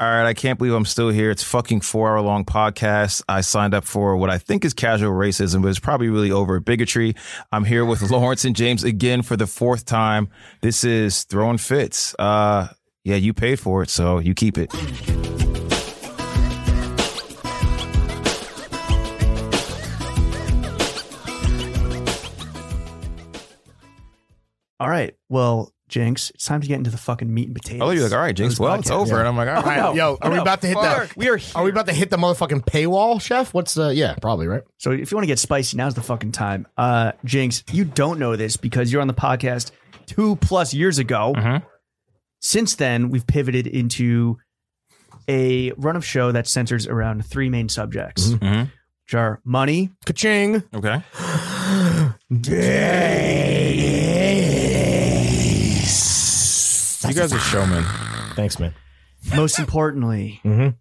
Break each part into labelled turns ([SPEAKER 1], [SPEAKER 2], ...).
[SPEAKER 1] All right, I can't believe I'm still here. It's fucking four hour long podcast. I signed up for what I think is casual racism, but it's probably really over bigotry. I'm here with Lawrence and James again for the fourth time. This is throwing fits. Uh, yeah, you paid for it, so you keep it.
[SPEAKER 2] All right. Well, Jinx, it's time to get into the fucking meat and potatoes.
[SPEAKER 1] Oh, you're like, all right, Jinx.
[SPEAKER 2] This
[SPEAKER 1] Well, it's
[SPEAKER 2] podcast.
[SPEAKER 1] over, and I'm like, all
[SPEAKER 3] All
[SPEAKER 1] right.
[SPEAKER 3] right, yo, are we about to hit
[SPEAKER 1] Fuck.
[SPEAKER 3] the?
[SPEAKER 2] We are here.
[SPEAKER 3] Are we about to hit the motherfucking paywall, chef? What's the? Yeah, probably right.
[SPEAKER 2] So if you want to get spicy, now's the fucking time. Uh, Jinx, you don't know this because you're on the podcast two plus years ago.
[SPEAKER 1] Mhm.
[SPEAKER 2] Since then, we've pivoted into a run of show that centers around three main subjects,
[SPEAKER 1] Mhm.
[SPEAKER 2] which are money,
[SPEAKER 3] Ka-ching.
[SPEAKER 1] Okay. You guys are showmen.
[SPEAKER 3] Thanks, man.
[SPEAKER 2] most importantly,
[SPEAKER 1] Mm-hmm.
[SPEAKER 3] Mhm.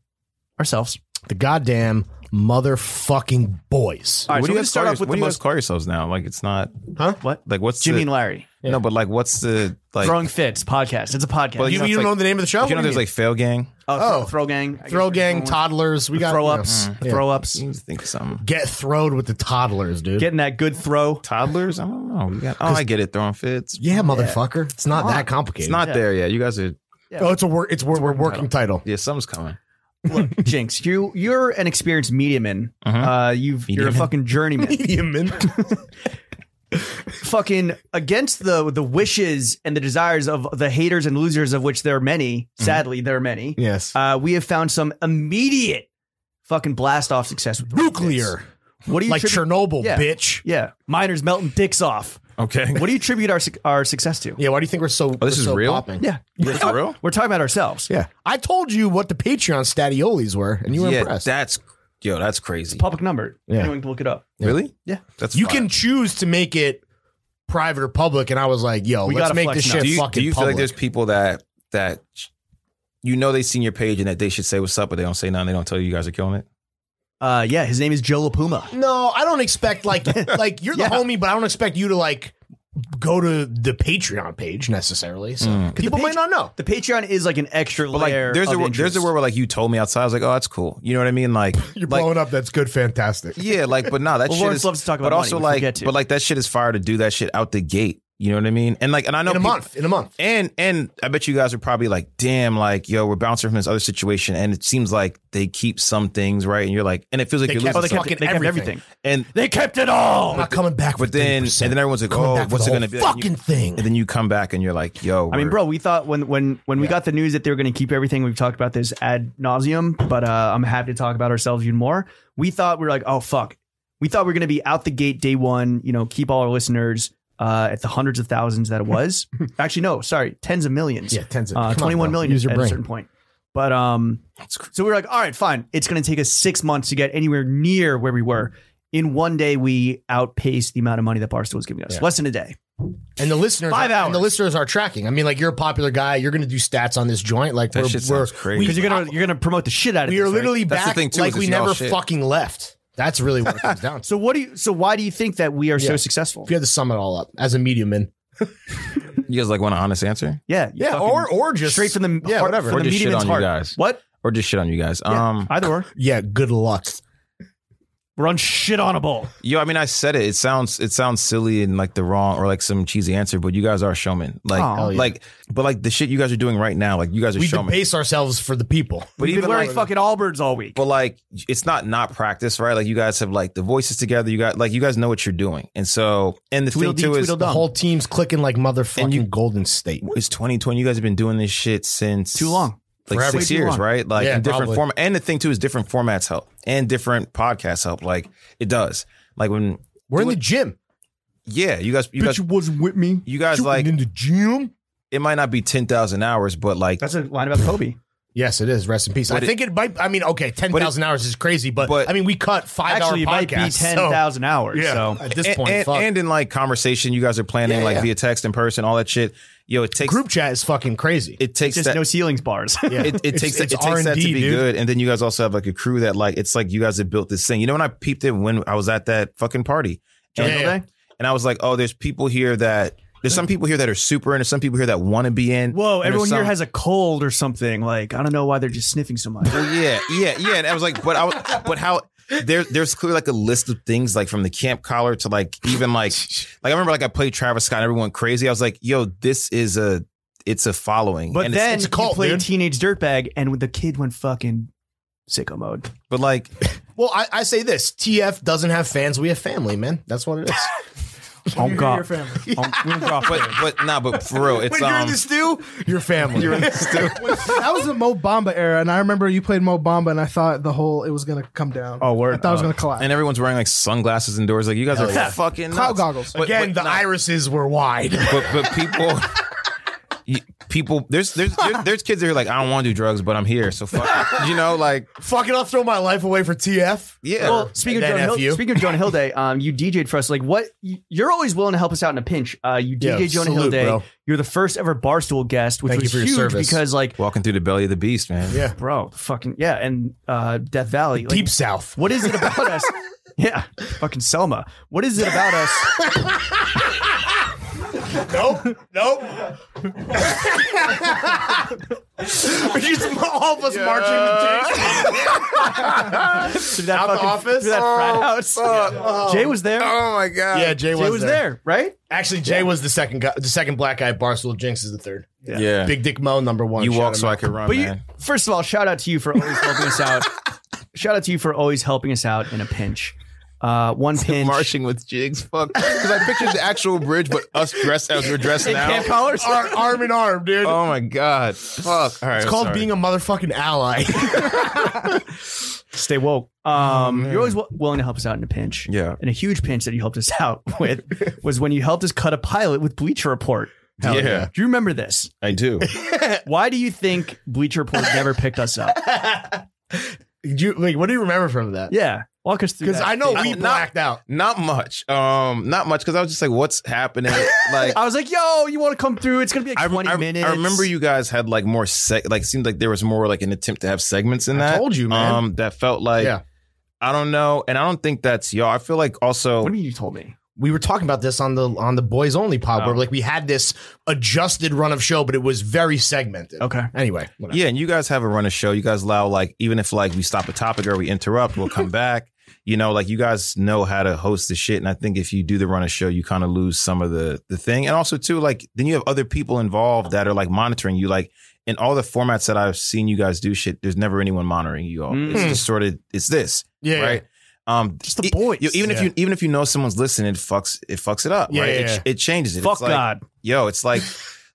[SPEAKER 2] ourselves.
[SPEAKER 3] The goddamn motherfucking boys.
[SPEAKER 2] All right,
[SPEAKER 1] what
[SPEAKER 2] so
[SPEAKER 1] do you guys
[SPEAKER 2] we're gonna start
[SPEAKER 1] call
[SPEAKER 2] off with
[SPEAKER 1] your- what
[SPEAKER 2] the
[SPEAKER 1] do you guys
[SPEAKER 2] most
[SPEAKER 1] call yourselves now? Like, it's not
[SPEAKER 3] Huh?
[SPEAKER 2] what
[SPEAKER 1] like what's
[SPEAKER 2] Jimmy
[SPEAKER 1] The,
[SPEAKER 2] and Larry
[SPEAKER 1] no, but like, what's the like?
[SPEAKER 2] throwing fits podcast. It's a podcast.
[SPEAKER 1] Well,
[SPEAKER 3] You,
[SPEAKER 1] know,
[SPEAKER 3] you
[SPEAKER 1] it's
[SPEAKER 3] don't
[SPEAKER 1] like-
[SPEAKER 3] know the name of the show?
[SPEAKER 1] you know,
[SPEAKER 3] What do
[SPEAKER 1] there's like fail gang.
[SPEAKER 2] oh,
[SPEAKER 3] oh.
[SPEAKER 2] throw gang, I guess
[SPEAKER 3] throw
[SPEAKER 2] we're
[SPEAKER 3] gang
[SPEAKER 2] going-
[SPEAKER 3] toddlers. We got
[SPEAKER 2] throw
[SPEAKER 3] you know,
[SPEAKER 2] ups,
[SPEAKER 3] yeah.
[SPEAKER 2] throw ups,
[SPEAKER 1] You need to think of something.
[SPEAKER 3] Get throwed with the toddlers, dude.
[SPEAKER 2] getting that good throw.
[SPEAKER 1] toddlers? I don't know. You got, oh, I get it. Throwing fits.
[SPEAKER 3] yeah, motherfucker. It's not that
[SPEAKER 1] It's
[SPEAKER 3] complicated.
[SPEAKER 1] not
[SPEAKER 2] Yeah.
[SPEAKER 1] there yet. You guys are.
[SPEAKER 3] Oh, it's a work. It's wor- we're working title.
[SPEAKER 1] Yeah, something's coming.
[SPEAKER 2] Look, Jinx, you you're an experienced mediaman.
[SPEAKER 3] Uh-huh.
[SPEAKER 2] Uh, you've you're a
[SPEAKER 1] Mediaman?
[SPEAKER 2] fucking journeyman.
[SPEAKER 3] Medium.
[SPEAKER 2] fucking against the the wishes and the desires of the haters and losers of which there are many.
[SPEAKER 3] Mm-hmm.
[SPEAKER 2] Sadly, there are many.
[SPEAKER 3] yes.
[SPEAKER 2] Uh, we have found some immediate fucking blast off success with throwing
[SPEAKER 3] Nuclear.
[SPEAKER 2] fits. What do you
[SPEAKER 3] Like
[SPEAKER 2] attribute-
[SPEAKER 3] Chernobyl,
[SPEAKER 2] Yeah.
[SPEAKER 3] bitch.
[SPEAKER 2] Yeah, miners melting dicks off.
[SPEAKER 1] Okay.
[SPEAKER 2] What do you attribute our suc- our success to?
[SPEAKER 3] Yeah. Why do you think we're so?
[SPEAKER 1] Oh, this
[SPEAKER 3] we're
[SPEAKER 1] is
[SPEAKER 3] so
[SPEAKER 1] real?
[SPEAKER 3] Popping?
[SPEAKER 2] Yeah,
[SPEAKER 1] for real?
[SPEAKER 2] we're talking about ourselves.
[SPEAKER 3] Yeah. I told you what the Patreon statioles were, and you were
[SPEAKER 1] yeah,
[SPEAKER 3] impressed.
[SPEAKER 1] that's yo. That's crazy.
[SPEAKER 2] Public number.
[SPEAKER 3] Yeah.
[SPEAKER 2] Anyone can look it up.
[SPEAKER 1] Really?
[SPEAKER 2] Yeah.
[SPEAKER 1] That's
[SPEAKER 3] you
[SPEAKER 1] fire.
[SPEAKER 3] can choose to make it private or public, and I was like, yo,
[SPEAKER 2] We
[SPEAKER 3] let's
[SPEAKER 2] gotta
[SPEAKER 3] make
[SPEAKER 2] flex
[SPEAKER 3] this
[SPEAKER 2] now.
[SPEAKER 3] shit
[SPEAKER 1] Do you,
[SPEAKER 3] fucking
[SPEAKER 1] do you feel
[SPEAKER 3] public.
[SPEAKER 1] like there's people that that you know they seen your page and that they should say what's up, but they don't say nothing. They don't tell you you guys are killing it.
[SPEAKER 2] Uh, yeah, his name is Joe LaPuma.
[SPEAKER 3] no, I don't expect like like you're the
[SPEAKER 2] Yeah.
[SPEAKER 3] homie, but I don't expect you to like go to the Patreon page necessarily. So
[SPEAKER 1] Mm.
[SPEAKER 3] people
[SPEAKER 2] the
[SPEAKER 3] might not know.
[SPEAKER 2] The Patreon is like an extra
[SPEAKER 1] But
[SPEAKER 2] layer.
[SPEAKER 1] like, there's
[SPEAKER 2] of
[SPEAKER 1] a there's
[SPEAKER 2] interest.
[SPEAKER 1] a word where like you told me outside. I was like, oh, that's cool. You know what I mean? Like, like,
[SPEAKER 3] up. That's good. Fantastic.
[SPEAKER 1] Yeah, like, but no, that
[SPEAKER 2] Well,
[SPEAKER 1] shit
[SPEAKER 2] Lawrence
[SPEAKER 1] is.
[SPEAKER 2] loves to talk
[SPEAKER 1] but
[SPEAKER 2] about
[SPEAKER 1] also
[SPEAKER 2] money, which we'll
[SPEAKER 1] like,
[SPEAKER 2] get to.
[SPEAKER 1] but like that shit is fire to do that shit out the gate. You know what I mean? And like, and I know
[SPEAKER 3] In a
[SPEAKER 1] peop-
[SPEAKER 3] month. In a month.
[SPEAKER 1] And and I bet you guys are probably like, damn, like yo, we're bouncing from this other situation, and it seems like they keep some things right, and you're like, and it feels like
[SPEAKER 3] They
[SPEAKER 1] you're
[SPEAKER 3] kept
[SPEAKER 1] losing
[SPEAKER 2] Oh, they kept,
[SPEAKER 3] Fucking
[SPEAKER 2] they kept everything.
[SPEAKER 3] everything.
[SPEAKER 1] some- and
[SPEAKER 2] They kept it all.
[SPEAKER 3] I'm not coming back.
[SPEAKER 1] but then and then everyone's like, oh, what's it going to be?
[SPEAKER 3] Fucking
[SPEAKER 1] and, you,
[SPEAKER 3] thing.
[SPEAKER 1] and then you come back and you're like, yo,
[SPEAKER 2] I mean,
[SPEAKER 1] we're-
[SPEAKER 2] bro, we thought when when when we
[SPEAKER 3] Yeah.
[SPEAKER 2] got the news that they were going to keep everything, we've talked about this ad nauseum. But uh, I'm happy to talk about ourselves even more. We thought we were like, oh fuck, we thought we were going to be out the gate day one. You know, keep all our listeners uh, at the hundreds of thousands that it was. Actually, no, sorry, tens of millions.
[SPEAKER 3] yeah, tens of
[SPEAKER 2] uh,
[SPEAKER 3] come on,
[SPEAKER 2] twenty one
[SPEAKER 3] bro.
[SPEAKER 2] million
[SPEAKER 3] Use your
[SPEAKER 2] at a
[SPEAKER 3] brain.
[SPEAKER 2] certain point. But um, so we were like, all right, fine. It's going to take us six months to get anywhere near where we were. In one day, we outpaced the amount of money that Barstool was giving us.
[SPEAKER 3] Yeah.
[SPEAKER 2] Less than a day.
[SPEAKER 3] And the listeners,
[SPEAKER 2] Five hours.
[SPEAKER 3] And the listeners are tracking. I mean, like you're a popular guy. You're going to do stats on this joint. Like
[SPEAKER 1] That
[SPEAKER 3] we're,
[SPEAKER 1] shit
[SPEAKER 3] we're
[SPEAKER 1] sounds crazy.
[SPEAKER 3] we-
[SPEAKER 2] Because you're gonna you're gonna promote the shit out of
[SPEAKER 3] we
[SPEAKER 2] this,
[SPEAKER 3] are
[SPEAKER 2] right?
[SPEAKER 3] literally
[SPEAKER 1] That's the
[SPEAKER 3] back
[SPEAKER 1] thing, too, is
[SPEAKER 3] like
[SPEAKER 1] it's
[SPEAKER 3] we
[SPEAKER 1] y'all
[SPEAKER 3] never
[SPEAKER 1] shit.
[SPEAKER 3] fucking left. That's really what it comes down to.
[SPEAKER 2] So what do you? So why do you think that we are so
[SPEAKER 3] Yeah.
[SPEAKER 2] successful?
[SPEAKER 3] If you had to sum it all up as a medium in,
[SPEAKER 1] you guys like want an honest answer,
[SPEAKER 2] Yeah, you fucking-
[SPEAKER 3] or just
[SPEAKER 2] straight from the
[SPEAKER 3] yeah,
[SPEAKER 2] heart,
[SPEAKER 3] whatever.
[SPEAKER 2] from
[SPEAKER 1] Or
[SPEAKER 2] the
[SPEAKER 1] just shit
[SPEAKER 2] medium's
[SPEAKER 1] on you
[SPEAKER 2] heart.
[SPEAKER 1] guys.
[SPEAKER 2] What?
[SPEAKER 1] or just shit on you guys.
[SPEAKER 2] Yeah,
[SPEAKER 1] Um,
[SPEAKER 2] either or.
[SPEAKER 3] yeah, good luck.
[SPEAKER 2] We're on shit on a ball.
[SPEAKER 1] yo, I mean, I said it. It sounds it sounds silly and like the wrong or like some cheesy answer, but you guys are showmen. Like,
[SPEAKER 2] Aw. Oh, Hell
[SPEAKER 3] yeah.
[SPEAKER 1] like, but like the shit you guys are doing right now, like you guys are
[SPEAKER 3] We
[SPEAKER 1] showmen.
[SPEAKER 3] debase ourselves for the people.
[SPEAKER 1] but
[SPEAKER 2] We've been
[SPEAKER 1] even
[SPEAKER 2] wearing
[SPEAKER 1] like,
[SPEAKER 2] fucking Allbirds all week.
[SPEAKER 1] but like it's not not practice, right? Like you guys have like the voices together. You got like you guys know what you're doing, and so and the
[SPEAKER 2] Tweedledee,
[SPEAKER 1] thing too is
[SPEAKER 3] The
[SPEAKER 2] Tweedledum.
[SPEAKER 3] whole team's clicking like motherfucking Golden State.
[SPEAKER 1] it's 2020. You guys have been doing this shit since
[SPEAKER 2] Too long.
[SPEAKER 1] like
[SPEAKER 3] Forever.
[SPEAKER 1] six
[SPEAKER 2] Way too
[SPEAKER 1] years,
[SPEAKER 2] long.
[SPEAKER 1] right? Like
[SPEAKER 3] Yeah,
[SPEAKER 1] in different
[SPEAKER 3] probably.
[SPEAKER 1] form. And the thing too is different formats help and different podcasts help. Like it does. Like when
[SPEAKER 3] We're in the gym.
[SPEAKER 1] yeah, you guys you guys
[SPEAKER 3] wasn't with me.
[SPEAKER 1] you guys like
[SPEAKER 3] in the gym.
[SPEAKER 1] it might not be ten thousand hours, but like
[SPEAKER 2] That's a line about Kobe.
[SPEAKER 3] Yes, it is. Rest in peace. I
[SPEAKER 1] But it-
[SPEAKER 3] think it might. I mean, okay, ten thousand hours is crazy, but,
[SPEAKER 1] but-
[SPEAKER 3] I mean, we cut five
[SPEAKER 2] Actually, it
[SPEAKER 3] hour
[SPEAKER 2] might be
[SPEAKER 3] podcasts.
[SPEAKER 2] ten
[SPEAKER 3] so-
[SPEAKER 2] thousand hours.
[SPEAKER 3] yeah,
[SPEAKER 2] So
[SPEAKER 3] at this
[SPEAKER 1] and,
[SPEAKER 3] point,
[SPEAKER 1] and,
[SPEAKER 3] fuck.
[SPEAKER 1] and in like conversation you guys are planning
[SPEAKER 3] Yeah,
[SPEAKER 1] like
[SPEAKER 3] yeah.
[SPEAKER 1] via text in person all that shit yo it takes
[SPEAKER 3] group chat is fucking crazy.
[SPEAKER 1] it takes
[SPEAKER 2] just
[SPEAKER 1] that
[SPEAKER 2] no ceilings bars.
[SPEAKER 3] yeah,
[SPEAKER 1] it, it
[SPEAKER 3] It's-
[SPEAKER 1] takes
[SPEAKER 3] it's
[SPEAKER 1] it takes that to
[SPEAKER 3] R&D,
[SPEAKER 1] be
[SPEAKER 3] dude.
[SPEAKER 1] good and then you guys also have like a crew that like it's like you guys have built this thing you know when i peeped it when i was at that fucking party
[SPEAKER 3] Yeah,
[SPEAKER 1] and,
[SPEAKER 3] yeah.
[SPEAKER 1] and i was like oh there's people here that there's some people here that are super in there's some people here that want to be in
[SPEAKER 2] Whoa,
[SPEAKER 1] and there's
[SPEAKER 2] everyone here
[SPEAKER 1] some-
[SPEAKER 2] has a cold or something. Like, I don't know why they're just sniffing so much.
[SPEAKER 1] Well, yeah, yeah, yeah. And I was like, but I was, but how? There, there's clearly like a list of things like from the camp collar to like even like like I remember like I played Travis Scott and everyone went crazy. I was like, yo, this is a it's a following.
[SPEAKER 2] But
[SPEAKER 1] and it's-
[SPEAKER 2] then
[SPEAKER 3] it's a cult,
[SPEAKER 2] you played
[SPEAKER 3] dude.
[SPEAKER 2] Teenage Dirtbag and the kid went fucking sicko mode.
[SPEAKER 1] but like
[SPEAKER 3] well, I, I say this: TF doesn't have fans. We have family, man. That's what it is.
[SPEAKER 2] Oh god.
[SPEAKER 3] Oh,
[SPEAKER 1] but but nah, but for real, it's um
[SPEAKER 3] stew, your family.
[SPEAKER 4] that was the Mo Bamba era, and I remember you played Mo Bamba, and I thought the whole it was gonna come down.
[SPEAKER 2] Oh, word.
[SPEAKER 4] I thought it was
[SPEAKER 2] Uh,
[SPEAKER 4] gonna collapse.
[SPEAKER 1] and everyone's wearing like sunglasses indoors. Like you guys are fucking
[SPEAKER 4] Cloud
[SPEAKER 1] nuts.
[SPEAKER 4] goggles.
[SPEAKER 1] But-
[SPEAKER 3] Again,
[SPEAKER 1] but
[SPEAKER 3] the
[SPEAKER 1] nah,
[SPEAKER 3] irises were wide.
[SPEAKER 1] but but people. you- People, there's there's there's, there's kids that are like, I don't want to do drugs, but I'm here, so fuck, it." you know, like,
[SPEAKER 3] Fucking, I'll throw my life away for TF.
[SPEAKER 1] yeah.
[SPEAKER 2] Well, speaking of,
[SPEAKER 3] Then
[SPEAKER 2] Jonah
[SPEAKER 3] F you.
[SPEAKER 2] Hill, speaking of Jonah Hill Day, um, you DJ'd for us. Like, what? you- You're always willing to help us out in a pinch. Uh, you
[SPEAKER 3] Yeah,
[SPEAKER 2] DJ'd Jonah Hill
[SPEAKER 3] salute,
[SPEAKER 2] Day.
[SPEAKER 3] bro.
[SPEAKER 2] You're the first ever Barstool guest, which
[SPEAKER 3] Thank you
[SPEAKER 2] was
[SPEAKER 3] for your
[SPEAKER 2] huge
[SPEAKER 3] service.
[SPEAKER 2] because, like,
[SPEAKER 1] Walking through the belly of the beast, man.
[SPEAKER 3] Yeah.
[SPEAKER 2] bro, fucking yeah, and uh, Death Valley. Like,
[SPEAKER 3] Deep South.
[SPEAKER 2] What is it about us? Yeah, fucking Selma. What is it about us?
[SPEAKER 3] Nope. Nope. We're just all of us marching with Jay
[SPEAKER 2] Through that
[SPEAKER 3] Uh, Out the
[SPEAKER 2] fucking,
[SPEAKER 3] office?
[SPEAKER 2] through that
[SPEAKER 3] Oh,
[SPEAKER 2] frat house. Jay was there.
[SPEAKER 1] Oh my god.
[SPEAKER 3] Yeah, Jay
[SPEAKER 2] Jay
[SPEAKER 3] was,
[SPEAKER 2] was, there. right?
[SPEAKER 3] Actually, Jay was the second guy, the second black guy. Barstool Jinx is the third.
[SPEAKER 1] Yeah.
[SPEAKER 3] Big Dick Mo number one.
[SPEAKER 1] you
[SPEAKER 3] Shout
[SPEAKER 1] walk
[SPEAKER 3] him
[SPEAKER 1] so I
[SPEAKER 3] out.
[SPEAKER 1] can run,
[SPEAKER 2] But you,
[SPEAKER 1] man.
[SPEAKER 2] first of all, shout out to you for always helping us out. Shout out to you for always helping us out in a pinch. Uh, one pinch.
[SPEAKER 1] with jigs, fuck. Because I pictured the actual bridge, but us dressed as we're dressed
[SPEAKER 2] Camp collars.
[SPEAKER 3] Ar- arm in arm, dude.
[SPEAKER 1] Oh my god, fuck. All right,
[SPEAKER 3] it's called being a motherfucking ally.
[SPEAKER 2] Stay woke. Um,
[SPEAKER 3] Oh,
[SPEAKER 2] you're always w- willing to help us out in a pinch.
[SPEAKER 1] Yeah.
[SPEAKER 2] And a huge pinch that you helped us out with was when you helped us cut a pilot with Bleacher Report.
[SPEAKER 1] yeah,
[SPEAKER 2] Do you remember this?
[SPEAKER 1] I do.
[SPEAKER 2] Why do you think Bleacher Report never picked us up?
[SPEAKER 3] Did you- like, what do you remember from that?
[SPEAKER 2] Yeah. Walk us through
[SPEAKER 3] Because
[SPEAKER 2] that.
[SPEAKER 3] I know
[SPEAKER 1] I-
[SPEAKER 3] we
[SPEAKER 1] not-
[SPEAKER 3] blacked out.
[SPEAKER 1] Not much. Um, not much because I was just like, what's happening? Like,
[SPEAKER 2] I was like, yo, you want to come through? It's going to be like
[SPEAKER 1] I,
[SPEAKER 2] 20
[SPEAKER 1] I-
[SPEAKER 2] minutes.
[SPEAKER 1] I remember you guys had like more seg. Like, seemed like there was more like an attempt to have segments in
[SPEAKER 3] I
[SPEAKER 1] that.
[SPEAKER 3] told you, man.
[SPEAKER 1] Um, that felt like.
[SPEAKER 3] Yeah.
[SPEAKER 1] I don't know, and I don't think that's y'all. I feel like also
[SPEAKER 2] What do you mean you told me?
[SPEAKER 3] we were talking about this on the on the boys only pod where like we had this adjusted run of show, but it was very segmented.
[SPEAKER 2] Okay.
[SPEAKER 3] Anyway, whatever.
[SPEAKER 1] Yeah, and you guys have a run of show. You guys allow like even if like we stop a topic or we interrupt, we'll come back. You know, like you guys know how to host the shit. And I think if you do the run of show, you kind of lose some of the the thing. And also too, like then you have other people involved that are like monitoring you. Like in all the formats that I've seen you guys do shit, there's never anyone monitoring you all. It's
[SPEAKER 3] Hmm.
[SPEAKER 2] Mm.
[SPEAKER 1] just sort of it's this.
[SPEAKER 3] yeah, yeah.
[SPEAKER 1] Right. Um
[SPEAKER 2] Just the
[SPEAKER 1] e-
[SPEAKER 2] boys.
[SPEAKER 1] you- even if
[SPEAKER 3] Yeah.
[SPEAKER 1] you even if you know someone's listening, it fucks it fucks it up.
[SPEAKER 3] Yeah,
[SPEAKER 1] right.
[SPEAKER 3] yeah,
[SPEAKER 1] it,
[SPEAKER 3] yeah.
[SPEAKER 1] it changes it.
[SPEAKER 2] Fuck
[SPEAKER 1] it's like,
[SPEAKER 2] God.
[SPEAKER 1] Yo, it's like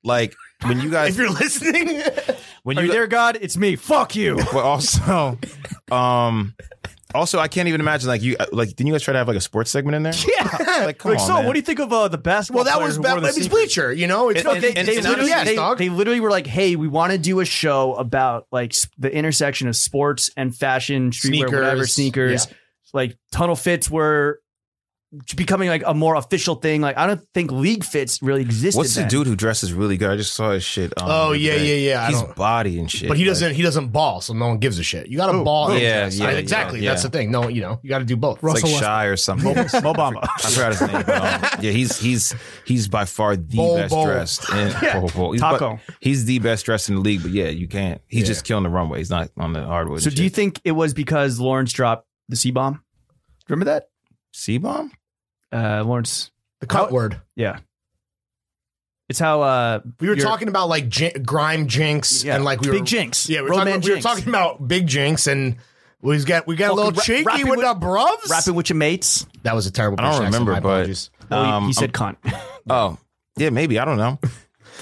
[SPEAKER 1] like when you
[SPEAKER 3] If
[SPEAKER 1] guys
[SPEAKER 3] you're listening,
[SPEAKER 1] when
[SPEAKER 2] Are
[SPEAKER 1] you
[SPEAKER 2] you there, God? It's me. Fuck you.
[SPEAKER 1] but also um also i can't even imagine like you uh, like didn't you guys try to have like a sports segment in there
[SPEAKER 2] yeah.
[SPEAKER 1] like come
[SPEAKER 2] Like,
[SPEAKER 1] on
[SPEAKER 2] so
[SPEAKER 1] man.
[SPEAKER 2] what do you think of uh, the basketball?
[SPEAKER 3] well, that
[SPEAKER 2] players
[SPEAKER 3] was
[SPEAKER 2] who
[SPEAKER 3] bad.
[SPEAKER 2] wore the
[SPEAKER 3] It's
[SPEAKER 2] secret-
[SPEAKER 3] bleacher, you know. It's,
[SPEAKER 1] It-
[SPEAKER 3] no,
[SPEAKER 1] it-
[SPEAKER 3] they,
[SPEAKER 1] and-
[SPEAKER 3] they
[SPEAKER 1] and
[SPEAKER 3] literally,
[SPEAKER 1] honestly,
[SPEAKER 3] yes,
[SPEAKER 2] they,
[SPEAKER 3] dog.
[SPEAKER 2] they literally were like, "Hey, we want to do a show about like s- the intersection of sports and fashion, streetwear, whatever
[SPEAKER 3] Sneakers.
[SPEAKER 2] sneakers. Like tunnel fits were becoming like a more official thing. Like I don't think league fits really existed.
[SPEAKER 1] what's the
[SPEAKER 2] then.
[SPEAKER 1] dude who dresses really good i just saw his shit um,
[SPEAKER 3] Oh, yeah,
[SPEAKER 1] the other day.
[SPEAKER 3] yeah, yeah, I
[SPEAKER 1] he's
[SPEAKER 3] don't-
[SPEAKER 1] body and shit
[SPEAKER 3] but he
[SPEAKER 1] like-
[SPEAKER 3] doesn't. He doesn't ball, so no one gives a shit. You got to ball. and
[SPEAKER 1] yeah,
[SPEAKER 3] dress.
[SPEAKER 1] yeah,
[SPEAKER 3] I-
[SPEAKER 1] yeah,
[SPEAKER 3] exactly.
[SPEAKER 1] yeah.
[SPEAKER 3] That's the thing. No, you know, you got to do both.
[SPEAKER 1] it's
[SPEAKER 4] Russell
[SPEAKER 1] like shy or something
[SPEAKER 2] Obama.
[SPEAKER 1] I forgot his name. But, um, yeah, he's he's he's by far the
[SPEAKER 3] Bol
[SPEAKER 1] best
[SPEAKER 3] Bol.
[SPEAKER 1] dressed. In, Bol Bol. He's,
[SPEAKER 2] Taco.
[SPEAKER 1] but he's the best dressed in the league. But yeah, you can't. He's
[SPEAKER 3] Yeah.
[SPEAKER 1] just killing the runway. He's not on the hardwood.
[SPEAKER 2] So do you think it was because Lawrence dropped the C bomb? Remember that?
[SPEAKER 1] C bomb?
[SPEAKER 2] Uh, Lawrence.
[SPEAKER 3] the cut word.
[SPEAKER 2] Yeah. It's how uh,
[SPEAKER 3] We were
[SPEAKER 2] your-
[SPEAKER 3] talking about like Jin- grime jinx
[SPEAKER 2] Yeah.
[SPEAKER 3] and like we
[SPEAKER 2] Big
[SPEAKER 3] were
[SPEAKER 2] Jinx.
[SPEAKER 3] Yeah, we were,
[SPEAKER 2] Roadman
[SPEAKER 3] talking, we were
[SPEAKER 2] Jinx.
[SPEAKER 3] talking about big jinx and. We got we got a
[SPEAKER 2] Fucking
[SPEAKER 3] little
[SPEAKER 2] ra-
[SPEAKER 3] cheeky
[SPEAKER 2] rapping
[SPEAKER 3] with,
[SPEAKER 2] with-
[SPEAKER 3] the bruvs.
[SPEAKER 2] rapping with your mates.
[SPEAKER 3] That was a terrible.
[SPEAKER 1] I don't
[SPEAKER 3] British accent.
[SPEAKER 1] remember,
[SPEAKER 3] My
[SPEAKER 1] but-
[SPEAKER 3] apologies.
[SPEAKER 2] Well, he-
[SPEAKER 1] Um,
[SPEAKER 2] he, said cunt.
[SPEAKER 1] Oh, yeah, maybe. I don't know.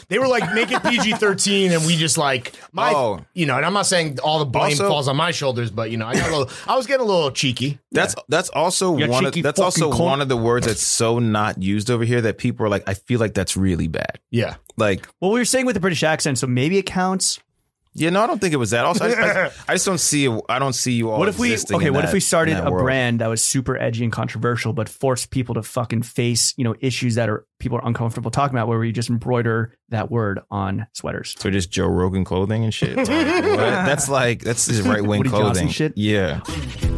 [SPEAKER 3] They were like, make it PG thirteen, and we just like my,
[SPEAKER 1] Oh.
[SPEAKER 3] you know. And I'm not saying all the blame
[SPEAKER 1] Also-
[SPEAKER 3] falls on my shoulders, but you know, I got a little, I was getting a little cheeky.
[SPEAKER 1] That's that's also
[SPEAKER 2] Yeah,
[SPEAKER 1] one. Of,
[SPEAKER 2] cheeky
[SPEAKER 1] that's also
[SPEAKER 2] fucking cunt.
[SPEAKER 1] one of the words that's so not used over here that people are like, I feel like that's really bad.
[SPEAKER 3] Yeah,
[SPEAKER 1] Like,
[SPEAKER 2] Well, we were saying with the British accent, so maybe it counts.
[SPEAKER 1] Yeah, no, I don't think it was that. Also, I, I, I just don't see. I don't see you all.
[SPEAKER 2] What if we
[SPEAKER 1] existing
[SPEAKER 2] okay?
[SPEAKER 1] in
[SPEAKER 2] What
[SPEAKER 1] that-
[SPEAKER 2] if we started
[SPEAKER 1] in that
[SPEAKER 2] a
[SPEAKER 1] world.
[SPEAKER 2] brand that was super edgy and controversial, but forced people to fucking face you know issues that are people are uncomfortable talking about, where we just embroider that word on sweaters.
[SPEAKER 1] So just Joe Rogan clothing and shit. Like, what? That's like that's his right wing
[SPEAKER 2] Woody Johnson
[SPEAKER 1] clothing.
[SPEAKER 2] shit?
[SPEAKER 1] Yeah.